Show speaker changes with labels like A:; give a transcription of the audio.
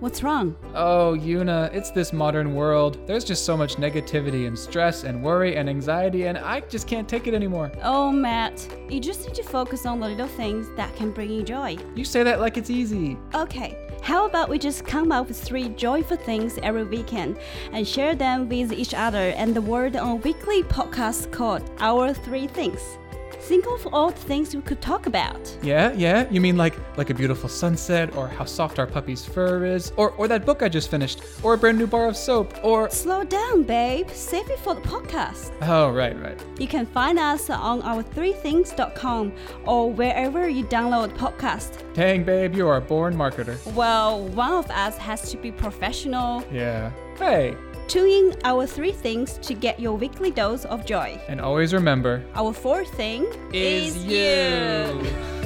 A: What's wrong?
B: Ah. Oh, Yuna, it's this modern world. There's just so much negativity and stress and worry and anxiety, and I just can't take it anymore.
A: Oh, Matt, you just need to focus on the little things that can bring you joy.
B: You say that like it's easy.
A: Okay, how about we just come up with three joyful things every weekend and share them with each other and the world on a weekly podcast called Our Three Things? Think of all the things we could talk about.
B: Yeah, yeah. You mean like like a beautiful sunset, or how soft our puppy's fur is, or or that book I just finished, or a brand new bar of soap, or
A: Slow down, babe. Save it for the podcast.
B: oh right, right.
A: You can find us on our 3things.com or wherever you download podcasts.
B: Dang, babe, you are a born marketer.
A: Well, one of us has to be professional.
B: Yeah. Hey,
A: Tune in our 3 things to get your weekly dose of joy.
B: and always remember.
A: Our fourth thing
B: Is you.